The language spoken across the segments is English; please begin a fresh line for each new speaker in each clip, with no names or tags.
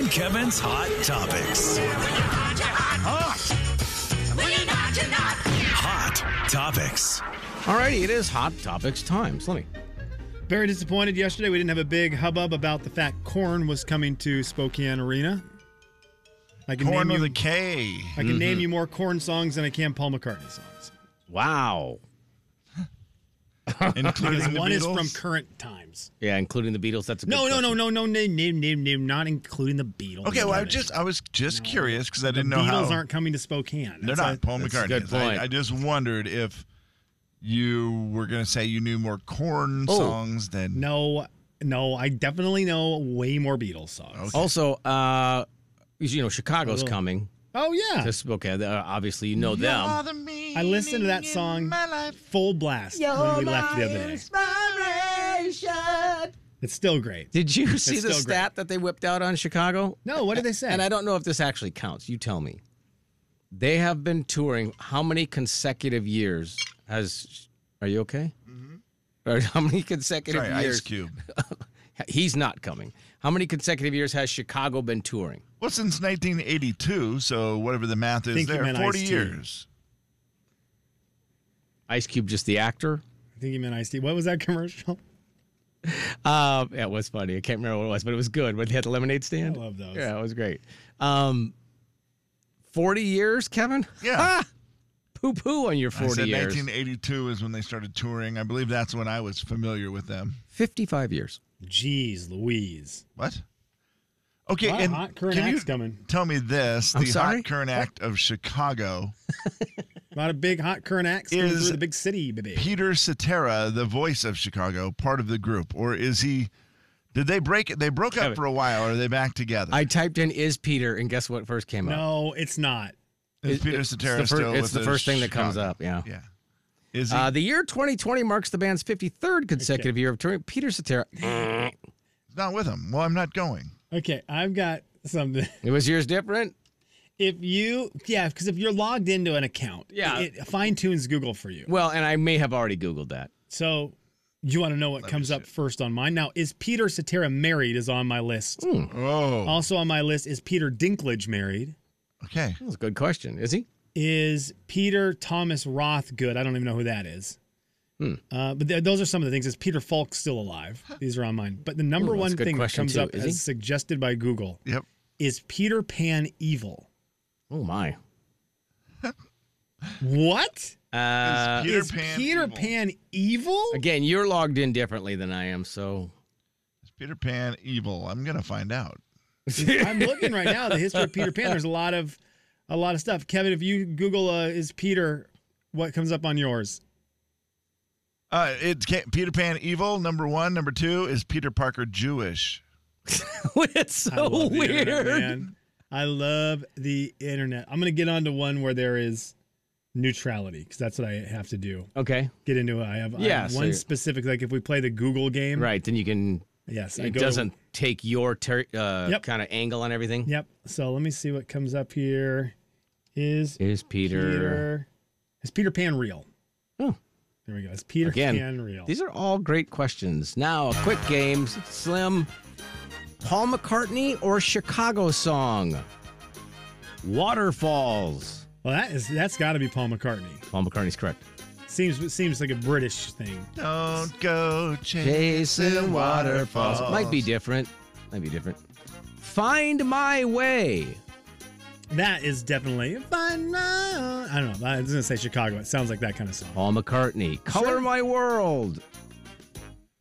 and Kevin's Hot Topics. Hot Topics.
Alrighty, it is hot topics time. Slimmy.
Very disappointed yesterday. We didn't have a big hubbub about the fact corn was coming to Spokane Arena. I can
Corn
name
with
you,
a K.
I can name you more corn songs than I can Paul McCartney songs.
Wow.
Including
Because
the
one is
Beatles.
from current times.
Yeah, including the Beatles. That's a good
No, no,
question.
no, no, no, name, name, name, name, not including the Beatles.
Okay, well, I
Damn it.
just I was just curious because I
the
didn't know
Beatles
how
aren't coming to Spokane.
they're
That's
not
a-
Paul
That's a
McCartney.
good
is. I-
point.
I, just wondered if you were going to say you knew more corn
Oh.
songs than
no, no, I definitely know way more Beatles songs.
Okay.
Also, uh, you know, Chicago's
Oh.
coming.
Oh yeah,
This okay. Uh, obviously, you know
You
them.
uh,
are the meaning
I listened to that
in
song
my life.
full blast when we left the other day. It's still great.
Did you see
It's
the
still great.
stat that they whipped out on Chicago?
No, what did they say?
And I don't know if this actually counts. You tell me. They have been touring how many consecutive years has are you okay?
Mm-hmm.
Or how many consecutive
Sorry, Ice
years?
Cube.
He's not coming. How many consecutive years has Chicago been touring?
Well, since 1982, so whatever the math is
Think you
there,
meant
40
Ice-T.
years.
Ice Cube just the actor?
I think you meant Ice T. What was that commercial?
Um, yeah, it was funny. I can't remember what it was, but it was good. When they had the lemonade stand,
I love those.
Yeah, it was great. Um, forty years, Kevin.
Yeah.
Poo poo on your
I
forty
said
years.
1982 is when they started touring. I believe that's when I was familiar with them.
Fifty-five years.
Jeez, Louise.
What? Okay,
Wow,
and
Hot Current
can
Act's
you
coming.
tell me this?
I'm
the
sorry?
Hot Current Act of Chicago.
A lot of big hot current acts coming
Is-
through the big city, baby.
Peter Cetera, the voice of Chicago, part of the group, or is he? Did they break? They broke up
Kevin.
for a while. Are they back together?
I typed in "is Peter" and guess what first came up?
No, it's not.
is
it-
Peter
it's the
Cetera
fir-
still?
it's
with
the first thing that comes
Chicago?
up, yeah.
Yeah. Is he?
Uh, the year 2020 marks the band's 53rd consecutive year of touring. Peter Cetera. eh.
not with him. Well, I'm not going.
Okay, I've got something.
it was years different.
If you, yeah, because if you're logged into an account,
Yeah.
it fine tunes Google for you.
Well, and I may have already googled that.
So you want to know what comes up first on mine. Now, is Peter Cetera married is on my list.
Oh,
Also on my list is Peter Dinklage married?
okay.
That's a good question. Is he?
Is Peter Thomas Roth good? I don't even know who that is.
Hmm.
Uh, but th- those are some of the things. Is Peter Falk still alive? These are on mine. But the number
Ooh, that's
one
a good
thing that
question,
comes
too.
up
Is
as
he?
suggested by Google
Yep.
is Peter Pan evil?
Oh my.
What?
Uh,
is Peter
is
Pan?
Peter
evil?
Pan evil?
again, you're logged in differently than I am, so
Is Peter Pan evil? I'm gonna find out.
I'm looking right now at the history of Peter Pan. There's a lot of a lot of stuff. Kevin, if you Google uh, is Peter, what comes up on yours?
Uh, it's ca- Peter Pan evil. Number one. Number two is Peter Parker Jewish.
it's
I
so
love the
weird.
internet, man. I love the internet. I'm gonna get onto one where there is neutrality because that's what I have to do.
Okay,
Get into it. I have, I have
Yeah, so
one
you're-
specific. Like if we play the Google game,
right. Then you can.
Yes, I
It
go to-
doesn't take your ter- uh,
Yep.
kind of angle on everything.
yep. So let me see what comes up here. Is
Is Peter,
Peter is Peter Pan real?
Oh.
There we go. Is Peter
again?
Pan real?
These are all great questions. Now, a quick game, Slim. Paul McCartney or Chicago song? Waterfalls.
Well, that is that's got to be Paul McCartney.
Paul McCartney's correct.
Seems seems like a British thing.
Don't go chasing,
Chasing waterfalls.
waterfalls.
Might be different. Might be different. Find my way.
That is definitely fun. uh, I don't know. I was gonna say Chicago. It sounds like that kind of song.
Paul McCartney. Color
Sure.
my world.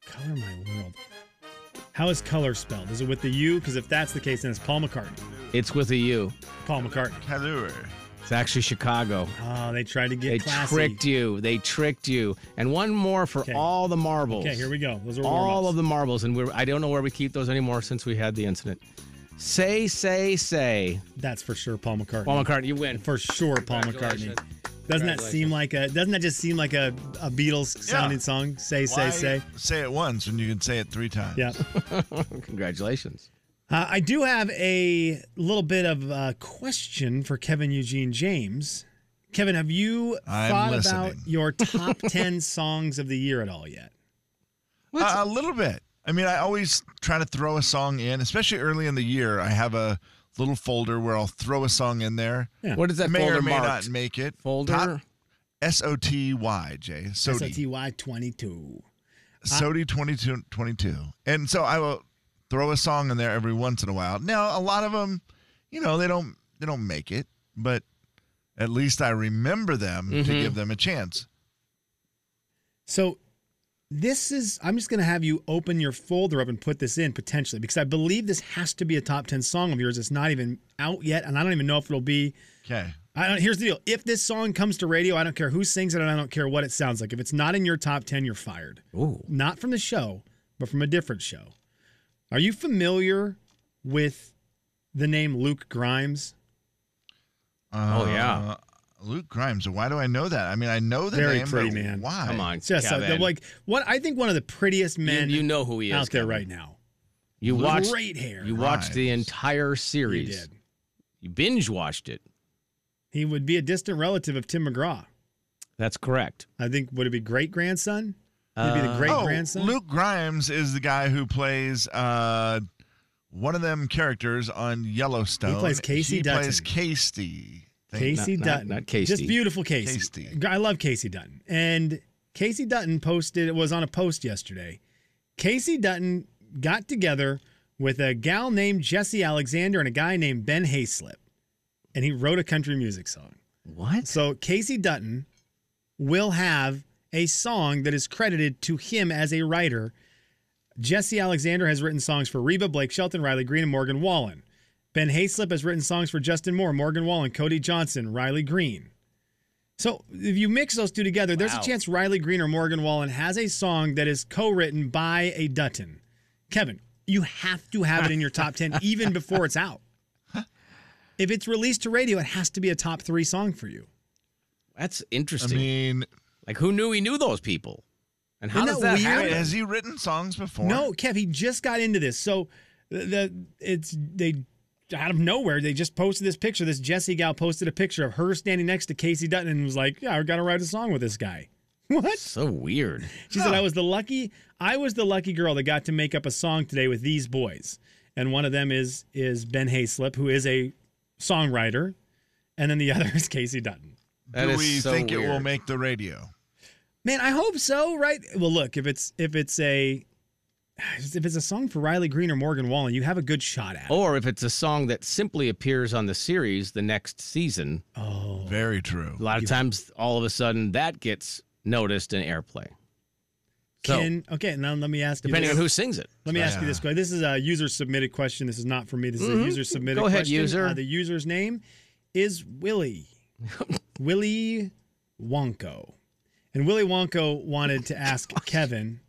Color my world. How is color spelled? Is it with the U? Because if that's the case, then it's Paul McCartney.
It's with a U.
Paul McCartney.
Kalur.
It's actually Chicago.
Oh, they tried to get
They
classy.
tricked you. They tricked you. And one more for
Okay.
all the marbles.
Okay, here we go. Those are
All of
warm-ups.
the marbles, and we're, I don't know where we keep those anymore since we had the incident. Say, say, say.
That's for sure, Paul McCartney.
Paul McCartney, you win.
Hmm. For sure, Paul McCartney.
Congratulations.
Doesn't that seem
Congratulations.
like a? Doesn't that just seem like a, a Beatles sounding
Yeah.
song? Say,
Why
say, say.
Say it once when you can say it three times.
Yeah.
Congratulations.
Uh, I do have a little bit of a question for Kevin Eugene James. Kevin, have you
I'm
thought about
listening.
your top 10 songs of the year at all yet?
Uh, a little bit. I mean, I always try to throw a song in, especially early in the year. I have a little folder where I'll throw a song in there.
Yeah.
What is that
may
folder
or may
marked?
not make it.
folder.
S O T Y, Jay. SOTY.
SOTY 22.
SOTY 2222. And so I will throw a song in there every once in a while. Now, a lot of them, you know, they don't they don't make it, but at least I remember them
Mm-hmm.
to give them a chance.
So this is I'm just gonna have you open your folder up and put this in potentially because I believe this has to be a top ten song of yours. It's not even out yet, and I don't even know if it'll be
Okay.
I don't here's the deal. If this song comes to radio, I don't care who sings it and I don't care what it sounds like. If it's not in your top ten, you're fired.
Ooh.
Not from the show, but from a different show. Are you familiar with the name Luke Grimes?
Oh, yeah.
Uh, Luke Grimes. Why do I know that? I mean, I know the
Very
name,
pretty
but
man.
why? Oh,
Come on,
It's Just uh,
Kevin.
like what I think one of the prettiest
you,
men
you know who he is
out there
Kevin.
right now.
You watched.
Great hair.
You watched the
Grimes.
entire
He
series.
did.
You binge watched it.
He would be a distant relative of Tim McGraw.
That's correct.
I think would it be great grandson? He'd be the
Uh,
great
oh,
grandson.
Luke Grimes is the guy who plays uh, one of them characters on Yellowstone.
He plays Casey
He
Dutton.
plays Casey. Thank you.
Casey
Not- not-
Dutton.
not Casey.
Just beautiful Casey.
Casey.
I love Casey Dutton. And Casey Dutton posted it was on a post yesterday. Casey Dutton got together with a gal named Jesse Alexander and a guy named Ben Hayslip. And he wrote a country music song.
What?
So Casey Dutton will have a song that is credited to him as a writer. Jesse Alexander has written songs for Reba, Blake Shelton, Riley Green, and Morgan Wallen. Ben Hayslip has written songs for Justin Moore, Morgan Wallen, Cody Johnson, Riley Green. So if you mix those two together, there's a
Wow.
chance Riley Green or Morgan Wallen has a song that is co-written by a Dutton. Kevin, you have to have it in your top 10 even before it's out. If it's released to radio, it has to be a top 3 song for you.
That's
I
interesting.
mean,
like who knew he knew those people? And how
Isn't
does
that
that
weird?
happen?
wait, has he written songs before?
No, Kev, he just got into this. So the, the it's they out of nowhere they just posted this picture. This Jesse gal posted a picture of her standing next to Casey Dutton and was like, "Yeah, I got to write a song with this guy." What?
so weird.
She said, "I was the lucky, I was the lucky girl that got to make up a song today with these boys, and one of them is is Ben Hayslip, who is a songwriter, and then the other is Casey Dutton."
That
Do
is
we
so
think it will
weird.
make the radio?
Man, I hope so, right? Well, look, if it's if it's a if it's a song for Riley Green or Morgan Wallen, you have a good shot at. it.
Or if it's a song that simply appears on the series the next season,
Oh.
Very true.
a lot of times all of a sudden that gets noticed in airplay. So
Can okay, now let me ask you.
depending
this.
on who sings it.
Let me ask you this question. This is a user submitted question. This is not for me. This is a user submitted.
Mm-hmm. Go ahead,
question.
user.
Uh, the user's name is Willie. Willie Wonko, and Willie Wonko wanted to ask Kevin,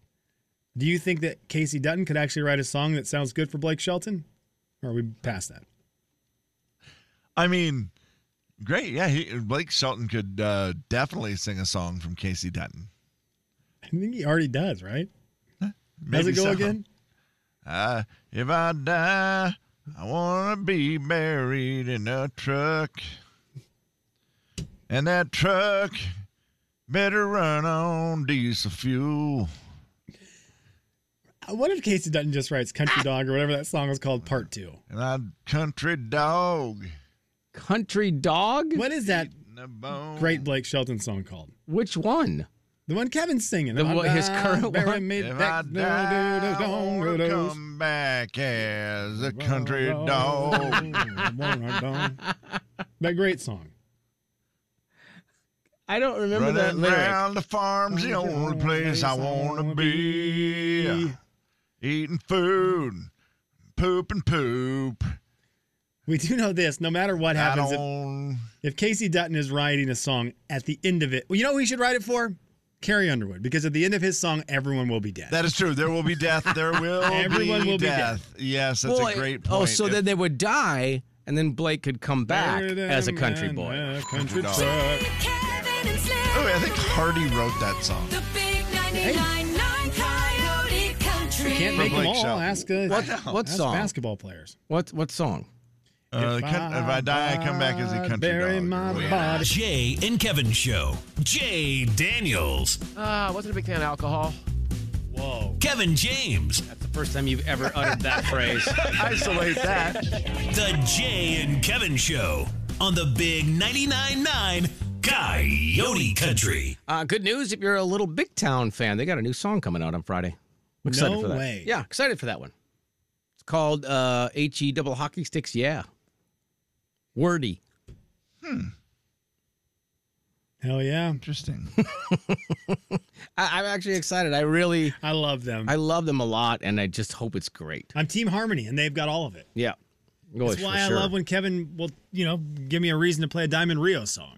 do you think that Casey Dutton could actually write a song that sounds good for Blake Shelton? Or are we past that?
I mean, great. Yeah, he, Blake Shelton could uh, definitely sing a song from Casey Dutton.
I think he already does, right? How's
Maybe
it go
so.
again?
Uh, if I die, I want to be buried in a truck. And that truck better run on diesel fuel.
Uh, What if Casey Dutton just writes
Ah.
"Country Dog" or whatever that song was called, Part Two?
And I country dog.
Country Dog?
What is that
in the bone.
great Blake Shelton song called?
Which one?
The one Kevin's singing.
The one- his
Ah,
current
bury
one?
me
If I
back-
die, I wanna
Don't-
come back as a country
don't-
dog.
don't- That great song.
I don't remember that
Running
lyric.
around the farm's the only place I want to be. Eating food, poop and poop.
We do know this. No matter what
I
happens, if,
don't.
if Casey Dutton is writing a song at the end of it, well, you know who he should write it for? Carrie Underwood, because at the end of his song, everyone will be dead.
That is true. There will be death. There will
Everyone
be,
will be
death. Yes, that's
Boy,
a great point.
Oh, so
If-
then they would die, and then Blake could come back as a country boy.
Country
Dog.
truck.
Kevin and
Oh,
Slim.
I think Hardy wrote that song.
The big 99.9 Coyote Country.
Can't make them
Blake
all.
Shelton.
Ask, uh,
Oh,
What
ask
song?
basketball players.
What what song?
Uh, if, I, if I die, I come back as a country
bury
dog.
my
Wait.
body.
Jay and Kevin Show. Jay Daniels.
Uh, wasn't a big fan of alcohol.
Whoa.
Kevin James,
That's the first time you've ever uttered that phrase.
Isolate that.
The Jay and Kevin Show on the Big 99.9 9 Coyote Country.
Uh, good news if you're a little big town fan, they got a new song coming out on Friday. I'm excited
No
for that.
way.
Yeah, excited for that one. It's called uh, HE Double Hockey Sticks. Yeah. Wordy.
Hell yeah.
Interesting.
I- I'm actually excited. I really,
I love them.
I love them a lot, and I just hope it's great.
I'm Team Harmony, and they've got all of it.
Yeah. Oh,
That's
for
why I
sure.
love when Kevin will, you know, give me a reason to play a Diamond Rio song.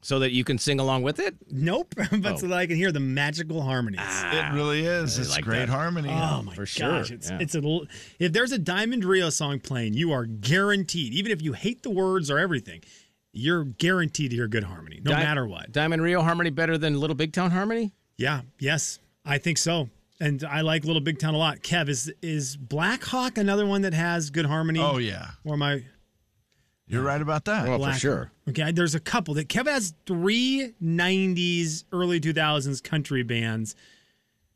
so that you can sing along with it.
Nope, but
Oh.
so that I can hear the magical harmonies.
It really is. It's
like
great
that.
harmony.
oh my
for
gosh,
sure,
it's
yeah.
it's a l- if there's a Diamond Rio song playing, you are guaranteed, even if you hate the words or everything, you're guaranteed to hear good harmony, no
Di-
matter what.
Diamond Rio Harmony better than Little Big Town Harmony?
Yeah, yes, I think so. And I like Little Big Town a lot. Kev is is Black Hawk another one that has good harmony?
Oh yeah,
Or am I
you're right about that.
Well,
Black.
Oh, for sure.
Okay, there's a couple that Kev has three '90s, early 2000s country bands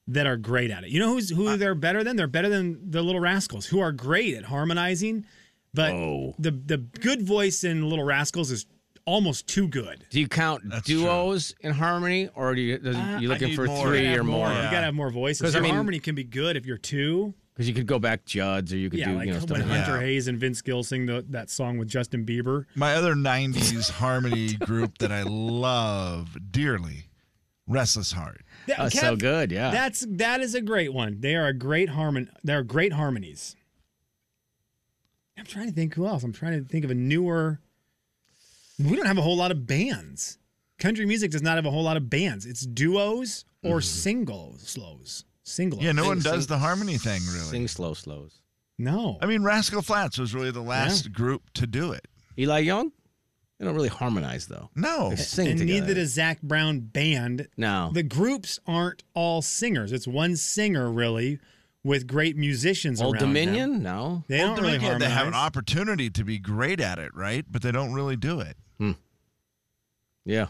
that are great at it. You know who's who they're better than? They're better than the Little Rascals, who are great at harmonizing, but
Whoa.
the the good voice in Little Rascals is almost too good.
Do you count
That's true.
duos in harmony, or do you, does, you
I
looking
need
for
more.
three
Gotta
or
have
more?
more.
You gotta have more voices.
'Cause, I
Your
mean-
harmony can be good if you're two.
Because you could go back Juds, or you could
Yeah,
do
like
you know stuff.
when
like that.
Hunter
Yeah.
Hayes and Vince Gill sing the, that song with Justin Bieber.
My other '90s harmony group that I love dearly, Restless Heart.
That-
Oh, so
Kev,
good, yeah.
That's that is a great one. They are a great harmon. They're great harmonies. I'm trying to think who else. I'm trying to think of a newer. We don't have a whole lot of bands. Country music does not have a whole lot of bands. It's duos or singles, slows, singles.
Mm-hmm. Yeah, no
Sing-
one does
sing-
the harmony thing really.
Sing slow slows.
no.
I mean, Rascal Flats was really the last group to do it.
Eli Young, they don't really harmonize though.
No,
They sing
and
together.
neither does Zach Brown band.
no.
The groups aren't all singers. It's one singer really, with great musicians.
Old
around them.
Dominion, no.
They
Old
don't really
Dominion, they have an
harmonize.
opportunity to be great at it, right? But they don't really do it.
Yeah.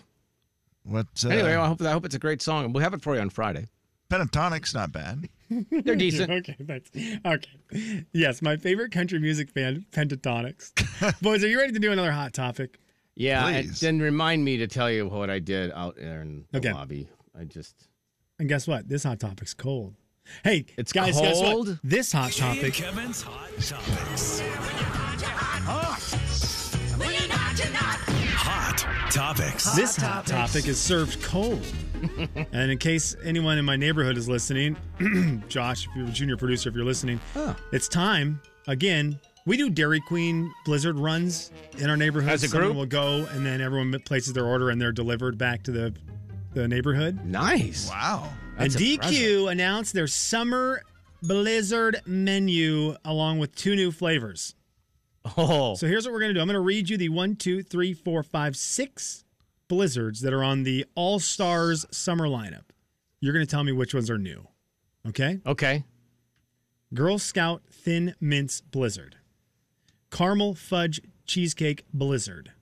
What? Uh,
Anyway, I hope I hope it's a great song, and we'll have it for you on Friday.
Pentatonic's not bad.
They're decent.
Okay, thanks. Okay. Yes, my favorite country music band, Pentatonics. Boys, are you ready to do another hot topic?
Yeah, and
Please.
then remind me to tell you what I did out there in the
Okay.
lobby. I just
And guess what? This hot topic's cold. Hey,
It's
guys, guess
cold?
what? This hot
Jay and
topic.
Kevin's Hot Topics. Hot Topics.
This hot topic is served cold. and in case anyone in my neighborhood is listening, Josh, if you're a junior producer, if you're listening,
Oh.
it's time again. We do Dairy Queen Blizzard runs in our neighborhood.
As a
Someone
group?
will go, and then everyone places their order, and they're delivered back to the the neighborhood.
nice.
Wow.
That's
and DQ
impressive.
announced their summer blizzard menu along with two new flavors.
Oh,
So here's what we're going to do I'm going to read you the one, two, three, four, five, six blizzards that are on the All Stars summer lineup. You're going to tell me which ones are new. Okay?
okay.
Girl Scout Thin Mints Blizzard, Caramel Fudge Cheesecake Blizzard,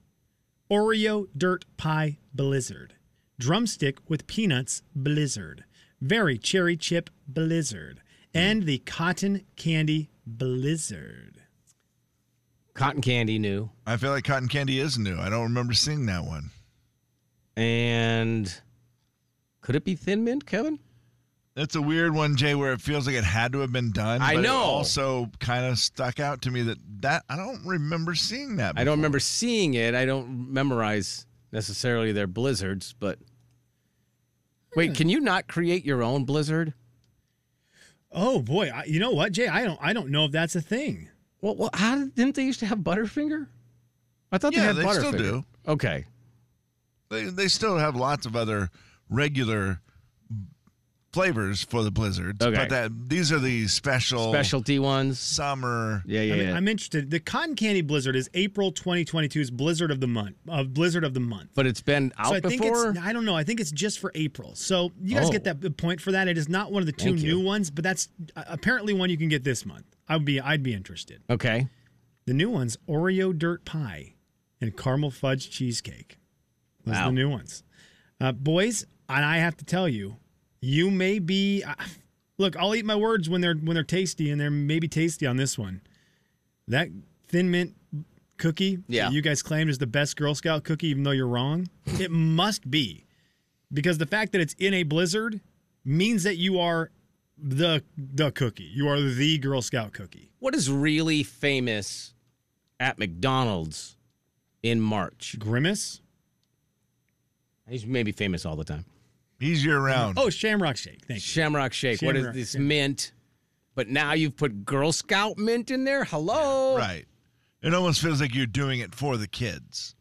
Oreo Dirt Pie Blizzard, Drumstick with Peanuts Blizzard, Very Cherry Chip Blizzard, and the Cotton Candy Blizzard.
Cotton candy new,
I feel like Cotton Candy is new. I don't remember seeing that one.
and could it be Thin Mint, Kevin?
That's a weird one, Jay, where it feels like it had to have been done.
I
but it
know.
also kind of stuck out to me that that I don't remember seeing that.
I don't remember seeing it. I don't memorize necessarily their blizzards, but wait, can you not create your own blizzard?
Oh boy, I, you know what, Jay? I don't I don't know if that's a thing.
Well, well how did, didn't they used to have Butterfinger? I thought
Yeah,
they had
they
Butterfinger.
still do.
Okay,
They, they still have lots of other regular flavors for the blizzards,
Okay.
but that these are the special
specialty ones.
summer.
Yeah, yeah,
I'm,
yeah.
I'm interested. The Cotton Candy Blizzard is April 2022's Blizzard of the month of Blizzard of the month.
but it's been out
so I think
before.
it's I don't know. I think it's just for April. So you guys
Oh.
get that the point for that. It is not one of the two
Thank you.
new ones, but that's uh, apparently one you can get this month. I would be I'd be interested.
okay,
The new ones: Oreo dirt pie and caramel fudge cheesecake. Those are
Wow.
the new ones, uh, boys. And I have to tell you, you may be. I, Look, I'll eat my words when they're when they're tasty, and they're maybe tasty on this one. That thin mint cookie
Yeah.
that you guys claimed is the best Girl Scout cookie, even though you're wrong. it must be. Because the fact that it's in a blizzard means that you are the the cookie. You are the Girl Scout cookie.
What is really famous at McDonald's in March?
Grimace?
He's maybe famous all the time.
He's year round.
Oh, Shamrock Shake. Thank you.
Shamrock Shake. what
Shamrock,
is this
yeah.
mint? But now you've put Girl Scout mint in there. Hello.
Right. It almost feels like you're doing it for the kids.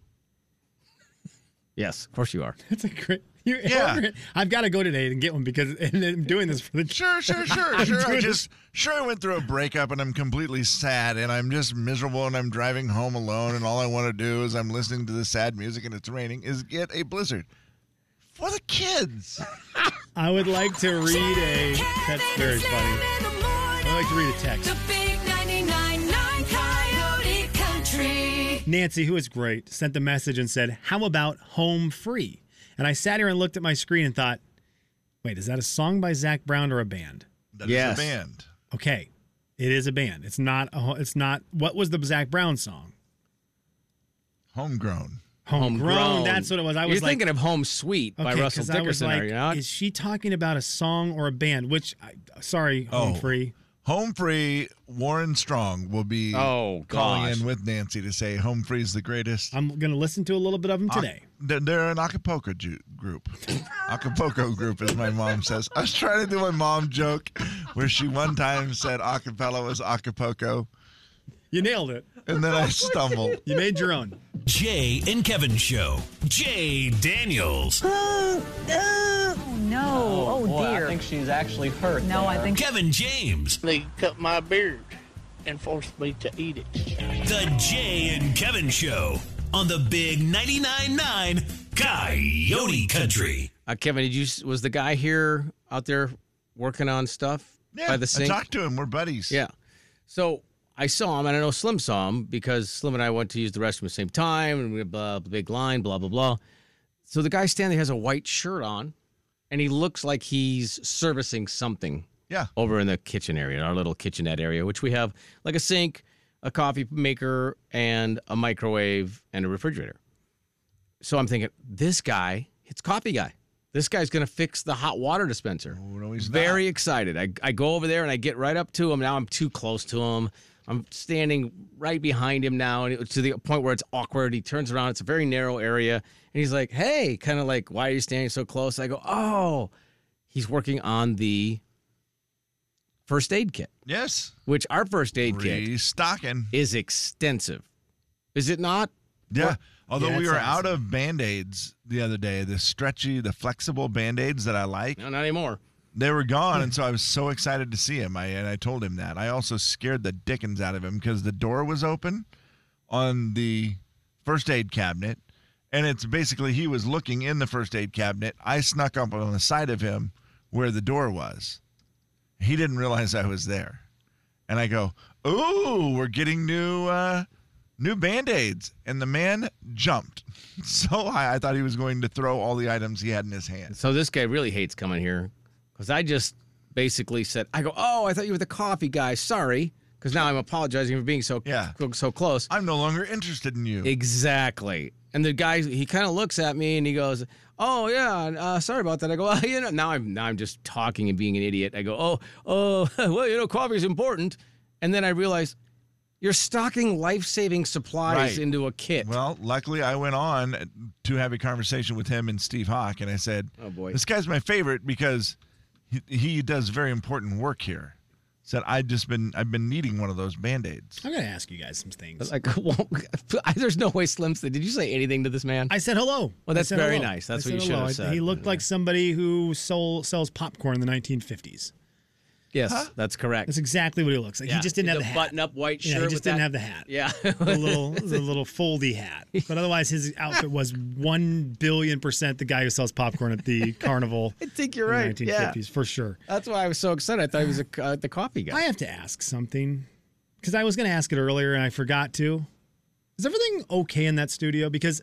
Yes, of course you are.
That's a great. You,
Yeah.
yeah. I've got to go today and get one because and I'm doing this for the.
Sure, sure, sure, sure. I
doing
just sure I went through a breakup and I'm completely sad and I'm just miserable and I'm driving home alone and all I want to do is I'm listening to the sad music and it's raining is get a blizzard. For the kids.
I would like to read a.
Kevin
That's
and
very
Slim
funny.
in the morning.
I like to read a text.
The big 99.9 Coyote Country.
Nancy, who is great, sent the message and said, How about home free? And I sat here and looked at my screen and thought, Wait, is that a song by Zach Brown or a band?
That is
Yes.
a band.
Okay, it is a band. It's not. A, ho- it's not. What was the Zach Brown song?
Homegrown.
Homegrown. That's what it was. I was
You're
like,
thinking of Home Sweet by
Okay,
Russell
'cause I was
Dickerson,
like,
are you not?
Is she talking about a song or a band? Which, I, sorry,
Oh.
home free.
Home free, Warren Strong will be
Oh,
calling
gosh.
in with Nancy to say Home Free's the greatest.
I'm gonna listen to a little bit of them
Ah.
today.
They're, they're an Acapulco ju- group. Acapulco group, as my mom says. I was trying to do my mom joke where she one time said acapella was Acapulco,
You nailed it.
and then I stumbled.
You made your own.
Jay and Kevin Show. Jay Daniels.
No. Oh, dear.
I think she's actually hurt.
no, I think
Kevin James.
They cut my beard and forced me to eat it.
The Jay and Kevin Show on the Big 99.9 9 Coyote Country.
Uh, Kevin, did you s- was the guy here out there working on stuff
Yeah,
by the
I
sink?
talked to him. We're buddies.
Yeah. So I saw him, and I know Slim saw him because Slim and I went to use the restroom at the same time, and we had blah, blah, big line, blah, blah, blah. So the guy standing there has a white shirt on, and he looks like he's servicing something
Yeah.
over in the kitchen area, in our little kitchenette area, which we have like a sink, a coffee maker, and a microwave and a refrigerator. So I'm thinking, this guy, it's coffee guy. This guy's gonna fix the hot water dispenser.
Oh, no, he's
Very excited. I, I go over there and I get right up to him. Now I'm too close to him. I'm standing right behind him now, and it, to the point where it's awkward. He turns around. It's a very narrow area, and he's like, "Hey," kind of like, "Why are you standing so close?" I go, "Oh, he's working on the first aid kit,
Yes.
which our first aid kit
Restocking.
is extensive. Is it not?
Yeah. Although
Yeah,
we
it's
were out of band aids the other day, the stretchy, the flexible band aids that I like.
No, not anymore.
They were gone, and so I was so excited to see him. I and I told him that. I also scared the dickens out of him because the door was open on the first aid cabinet, and it's basically he was looking in the first aid cabinet. I snuck up on the side of him where the door was. He didn't realize I was there, and I go, "Ooh, we're getting new." Uh, New band aids, and the man jumped so high. I thought he was going to throw all the items he had in his hand.
So this guy really hates coming here because I just basically said, I go, oh, I thought you were the coffee guy. Sorry. Because now I'm apologizing for being so
Yeah.
so close.
I'm no longer interested in you.
Exactly. And the guy, he kind of looks at me and he goes, "Oh yeah, uh, sorry about that." I go, "Well, you know." Now I'm now I'm just talking and being an idiot. I go, "Oh, oh, well, you know, coffee's important." And then I realize you're stocking life-saving supplies
Right.
into a kit.
Well, luckily, I went on to have a conversation with him and Steve Hawk, and I said,
Oh, boy.
this guy's my favorite because he, he does very important work here." Said I just been I've been needing one of those band aids.
I'm gonna ask you guys some things.
like, well, there's no way Slim said, "Did you say anything to this man?"
I said hello.
Well, that's
I said
very
hello.
nice. That's
I
what you
said
should
hello.
have
I-
said.
He looked like somebody who sold, sells popcorn in the 1950s.
yes, that's correct.
That's exactly what he looks like.
Yeah.
He just didn't have the, hat.
button-up white shirt.
Yeah, he
with
just didn't
that-
have the hat.
Yeah.
The little, the little foldy hat. But otherwise, his outfit was one billion percent the guy who sells popcorn at the carnival. I
think you're right.
Nineteen
Yeah.
fifties for sure.
That's why I was so excited. I thought he was a, uh, the coffee guy.
I have to ask something because I was going to ask it earlier and I forgot to. Is everything okay in that studio? Because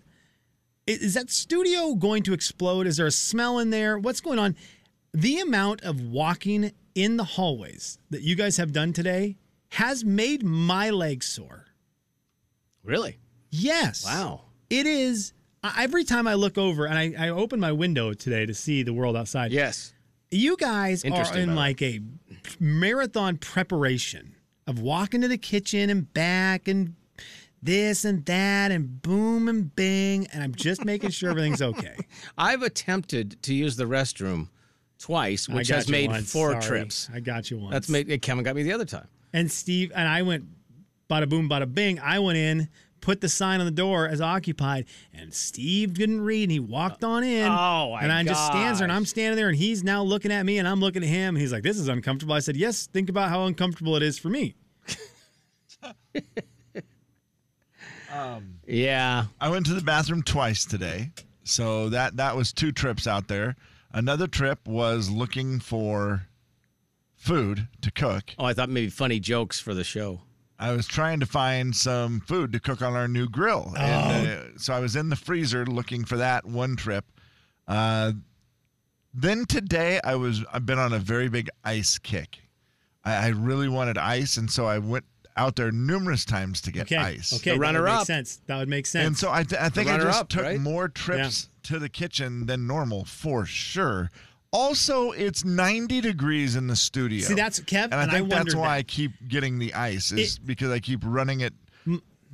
i- is that studio going to explode? Is there a smell in there? What's going on? The amount of walking in the hallways that you guys have done today has made my legs sore.
Really?
Yes.
Wow.
It is. I- Every time I look over and I, I open my window today to see the world outside,
Yes.
you guys are
Interesting, by
in
the way.
like a marathon preparation of walking to the kitchen and back and this and that and boom and bing. And I'm just making sure everything's okay.
I've attempted to use the restroom twice, which
I got
has
you
made
once,
four
sorry.
trips.
I got you once.
That's made Kevin got me the other time.
And Steve and I went bada boom, bada bing. I went in, put the sign on the door as occupied, and Steve didn't read and he walked on in.
Oh, my
And I just stands there and
gosh.
I'm standing there and he's now looking at me and I'm looking at him and he's like, This is uncomfortable. I said, Yes, think about how uncomfortable it is for me.
Yeah.
I went to the bathroom twice today. So that that was two trips out there. Another trip was looking for food to cook.
Oh, I thought maybe funny jokes for the show.
I was trying to find some food to cook on our new grill. And,
Oh.
uh, so I was in the freezer looking for that one trip. Uh, then today I was I've been on a very big ice kick. I, I really wanted ice, and so I went out there numerous times to get
Okay.
ice.
Okay. that
runner
would make
up.
sense. That would make sense.
And so I, th- I think I
runner
just
up,
took
right?
more trips to the kitchen than normal for sure. Also, it's 90 degrees in the studio.
See, that's- Kev,
and I
and I
think that's
wondered
why
that.
I keep getting the ice is because I keep running it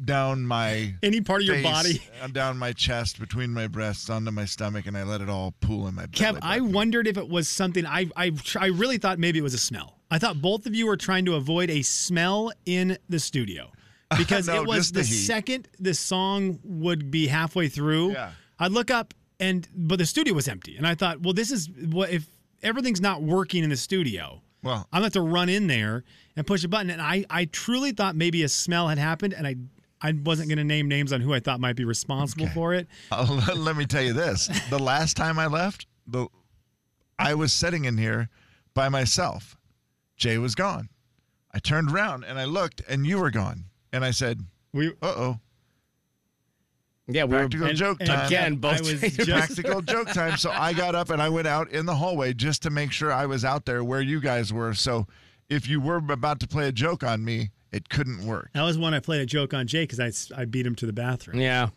down my
any part of your
face,
body.
uh, down my chest, between my breasts, onto my stomach, and I let it all pool in my belly
Kev, I
button.
wondered if it was something. I, I tr- I really thought maybe it was a smell. I thought both of you were trying to avoid a smell in the studio because
No,
it was
just the
the,
heat.
second the song would be halfway through.
Yeah.
I'd look up and but the studio was empty, and I thought, well, this is what if everything's not working in the studio.
Well-
I'm gonna have to run in there and push a button, and I I truly thought maybe a smell had happened, and I. I wasn't going to name names on who I thought might be responsible for it.
Uh, let me tell you this: the last time I left, the I was sitting in here by myself. Jay was gone. I turned around and I looked, and you were gone. And I said,
We
"Uh oh,
Yeah, we
Practical
were
joke time."
again both.
I was
Taylor-
just-
Practical joke time. So I got up and I went out in the hallway just to make sure I was out there where you guys were. So if you were about to play a joke on me, it couldn't work.
That was one I played a joke on Jay because I, I beat him to the bathroom.
yeah.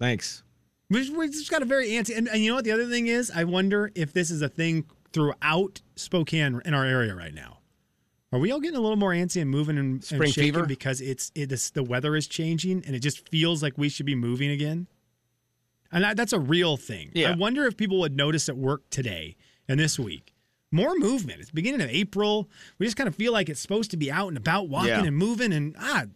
Thanks.
We, we just got a very antsy. And, and you know what? The other thing is, I wonder if this is a thing throughout Spokane in our area right now. Are we all getting a little more antsy and moving and, and
Spring
shaking
fever?
because it's it is, the weather is changing and it just feels like we should be moving again? And I, that's a real thing.
Yeah.
I wonder if people would notice at work today and this week more movement. It's beginning of April. We just kind of feel like it's supposed to be out and about, walking
Yeah.
and moving, and ah,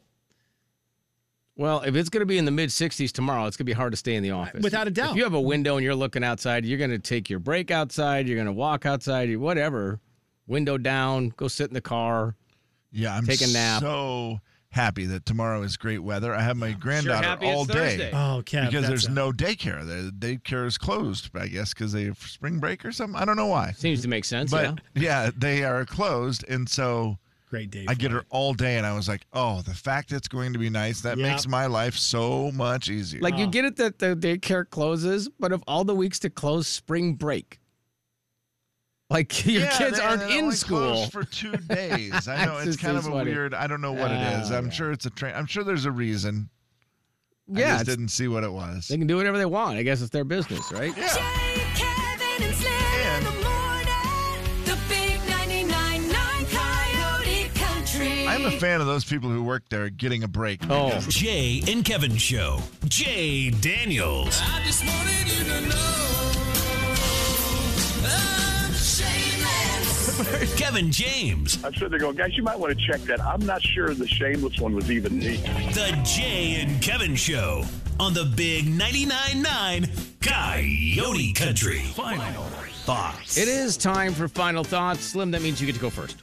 Well, if it's going to be in the mid 60s tomorrow, it's going to be hard to stay in
Uh,
the office.
Without a doubt.
If you have a window and you're looking outside, you're going to take your break outside, you're going to walk outside, you- whatever. Window down, go sit in the car.
Yeah, I'm
Take a nap.
so happy that tomorrow is great weather. I have my granddaughter
happy it's
all day.
Thursday.
oh, Kev,
because
that's
there's
a-
no daycare. The daycare is closed, I guess, because they have spring break or something. I don't know why,
Seems to make sense. yeah.
Mm-hmm. but yeah. they are closed, and so
great day.
I
for
get
it.
her all day. And I was like, oh, the fact it's going to be nice that
Yeah.
makes my life so much easier.
Like, you get it that the daycare closes, but of all the weeks to close, spring break. Like, your
Yeah,
kids
they-
aren't
they're
in
only
school.
closed for two days. I know it's
It just
kind of
seems
a
funny.
weird. I don't know what it is.
Ah,
I'm sure it's a train. I'm sure there's a reason. I
yeah.
just
it's-
didn't see what it was.
They can do whatever they want. I guess it's their business, right?
Jay, Kevin, and Slim in
And-
the morning. The big 99.9 Coyote Country.
I'm a fan of those people who work there getting a break.
Oh,
Jay and Kevin Show. Jay Daniels.
I just wanted you to know. I'm shameless.
Kevin James.
I'm sitting there going, guys, you might want to check that. I'm not sure the shameless one was even me.
The Jay and Kevin Show on the big 99.9 Coyote Country. Final thoughts.
it is time for final thoughts. Slim, that means you get to go first.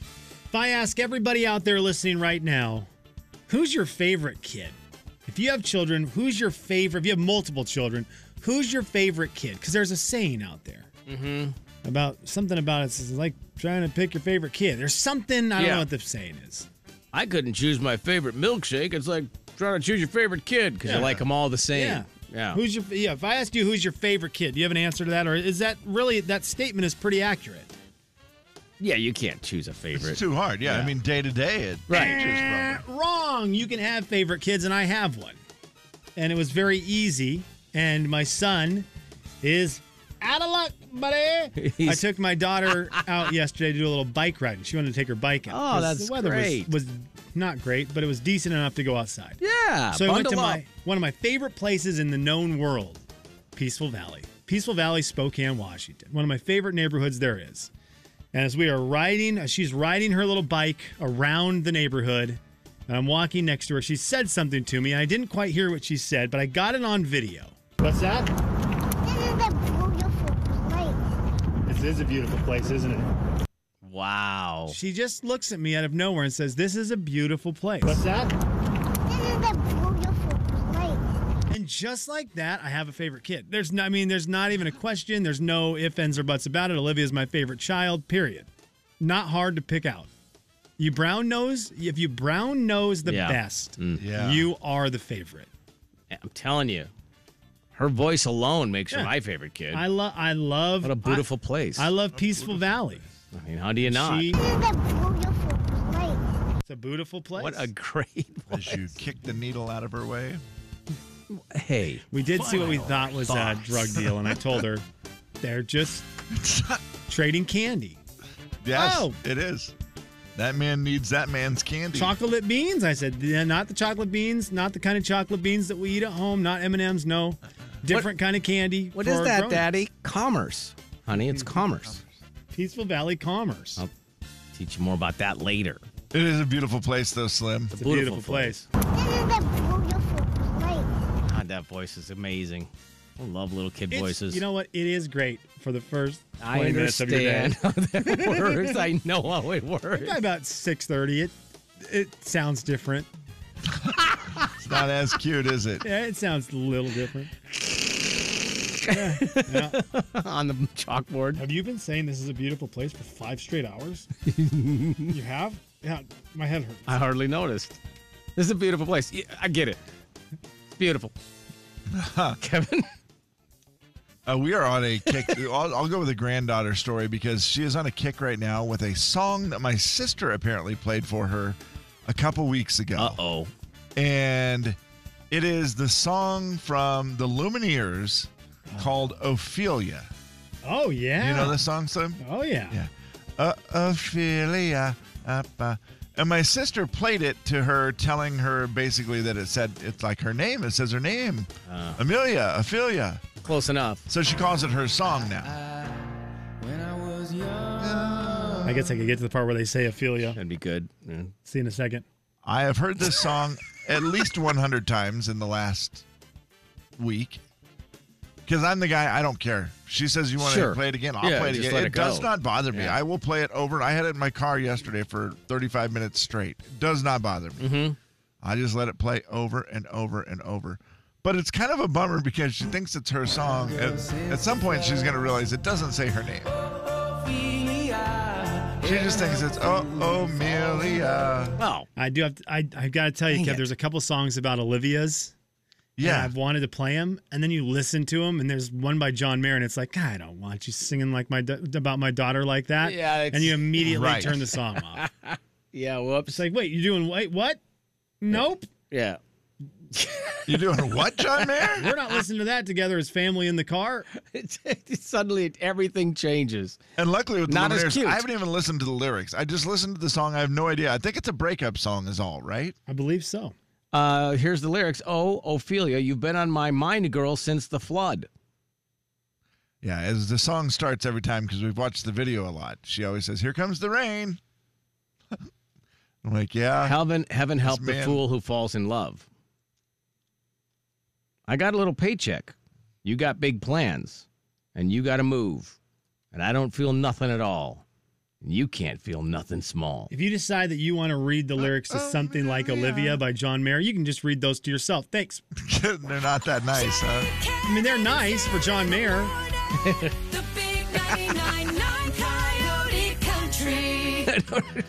If I ask everybody out there listening right now, who's your favorite kid? If you have children, who's your favorite? If you have multiple children, who's your favorite kid? Because there's a saying out there
Mm-hmm.
about something about it's it's like trying to pick your favorite kid. There's something I don't
Yeah.
know what the saying is.
I couldn't choose my favorite milkshake. It's like trying to choose your favorite kid because you
Yeah.
like them all the same.
Yeah.
Yeah.
Who's your yeah? If I asked you who's your favorite kid, do you have an answer to that, or is that really that statement is pretty accurate?
Yeah, you can't choose a favorite.
It's too hard. Yeah,
Yeah.
I mean, day to day, it
Right.
changes
Eh,
probably.
wrong. You can have favorite kids, and I have one. And it was very easy. And my son is out of luck, buddy. I
He's-
took my daughter out yesterday to do a little bike ride, and she wanted to take her bike out.
Oh,
'cause
that's
the weather
great.
Was, was not great, but it was decent enough to go outside.
Yeah.
So I went
bundle
to
up.
my one of my favorite places in the known world, Peaceful Valley. Peaceful Valley, Spokane, Washington. One of my favorite neighborhoods there is. And as we are riding, as she's riding her little bike around the neighborhood, and I'm walking next to her. She said something to me. I didn't quite hear what she said, but I got it on video. What's that?
This is
This is a
a beautiful place.
beautiful place, isn't it?
Wow.
She just looks at me out of nowhere and says, "This is a beautiful place." What's that?
This is a beautiful place.
And just like that, I have a favorite kid. There's no, I mean, there's not even a question. There's no ifs, ands, or buts about it. Olivia's my favorite child, period. Not hard to pick out. You brown nose, if you brown nose the
Yeah. Mm.
best,
Yeah.
you are the favorite.
I'm telling you, her voice alone makes her
Yeah.
my favorite kid.
I love I love
what a beautiful place.
I, I love Peaceful Valley.
I mean, how do you not?
She-
This is a beautiful place.
it's a beautiful place.
what a great
As you kick the needle out of her way.
hey.
we did see what we
Final
thought was a
thoughts.
drug deal, and I told her they're just trading candy.
Yes,
Oh.
it is. That man needs that man's candy.
chocolate beans. I said, "Yeah, not the chocolate beans, not the kind of chocolate beans that we eat at home, not M and M's. No, different kind of candy.
What
for Mm-hmm.
is that,
grown-
Daddy? Commerce, honey. It's commerce.
Peaceful Valley Commerce.
Oh, Teach you more about that later.
It is a beautiful place, though, Slim.
it's a beautiful, place.
This is a beautiful place.
God, that voice is amazing. I love little kid
It's-
voices.
You know what? It is great for the first
I
twenty minutes of your day.
understand how that works. I know how it works.
By about six thirty, it it sounds different.
It's not as cute, is it?
Yeah, it sounds a little different.
On the chalkboard.
Have you been saying this is a beautiful place for five straight hours? you have? Yeah, my head hurts.
I hardly noticed. This is a beautiful place. Yeah, I get it. It's beautiful. Kevin,
Uh, we are on a kick. I'll, I'll go with a granddaughter story because she is on a kick right now with a song that my sister apparently played for her a couple weeks ago.
uh oh.
And it is the song from the Lumineers called Ophelia.
Oh yeah.
You know the song, Slim?
Oh yeah.
Yeah. Uh, Ophelia. up, uh. And my sister played it to her, telling her basically that it said, it's like her name. It says her name Amelia, Ophelia.
Close enough.
So she calls it her song now.
I guess I could get to the part where they say Ophelia.
That'd be good. Yeah.
See you in a second.
I have heard this song at least 100 times in the last week. Because I'm the guy, I don't care. She says, You want
Sure.
to play it again? I'll
Yeah,
play it
just
again.
let
it
it go.
does not bother me.
Yeah.
I will play it over. I had it in my car yesterday for 35 minutes straight. It does not bother me.
Mm-hmm.
I just let it play over and over and over. But it's kind of a bummer because she thinks it's her song. At, at some point, she's going to realize it doesn't say her name. She just thinks it's oh, Amelia.
Well,
I do have. To, I I've got to tell you,
Dang
Kev.
it.
There's a couple songs about Olivia's. and
Yeah.
I've wanted to play them, and then you listen to them, and there's one by John Mayer, and it's like, "God, I don't want you singing like my da- about my daughter like that.
Yeah, it's-
and you immediately
Right.
turn the song off.
yeah, whoops.
It's like, wait, you're doing wait what? Nope,
Yeah.
You doing what, John Mayer?
we're not listening to that together as family in the car.
Suddenly everything changes.
And luckily with the
Not as
Lumineers,
cute.
I haven't even listened to the lyrics. I just listened to the song. I have no idea. I think it's a breakup song, is all right.
I believe so.
Uh, here's the lyrics. Oh, Ophelia, you've been on my mind, girl, since the flood.
Yeah, as the song starts every time because we've watched the video a lot. She always says, "Here comes the rain." I'm like, yeah,
Heaven, heaven help the
man-
fool who falls in love. I got a little paycheck. You got big plans, and you got to move, and I don't feel nothing at all, and you can't feel nothing small.
If you decide that you want to read the
Uh,
lyrics to something like Olivia by John Mayer, you can just read those to yourself. Thanks.
they're not that nice. Huh?
I mean, they're nice for John Mayer.
The big 99.9 Coyote Country.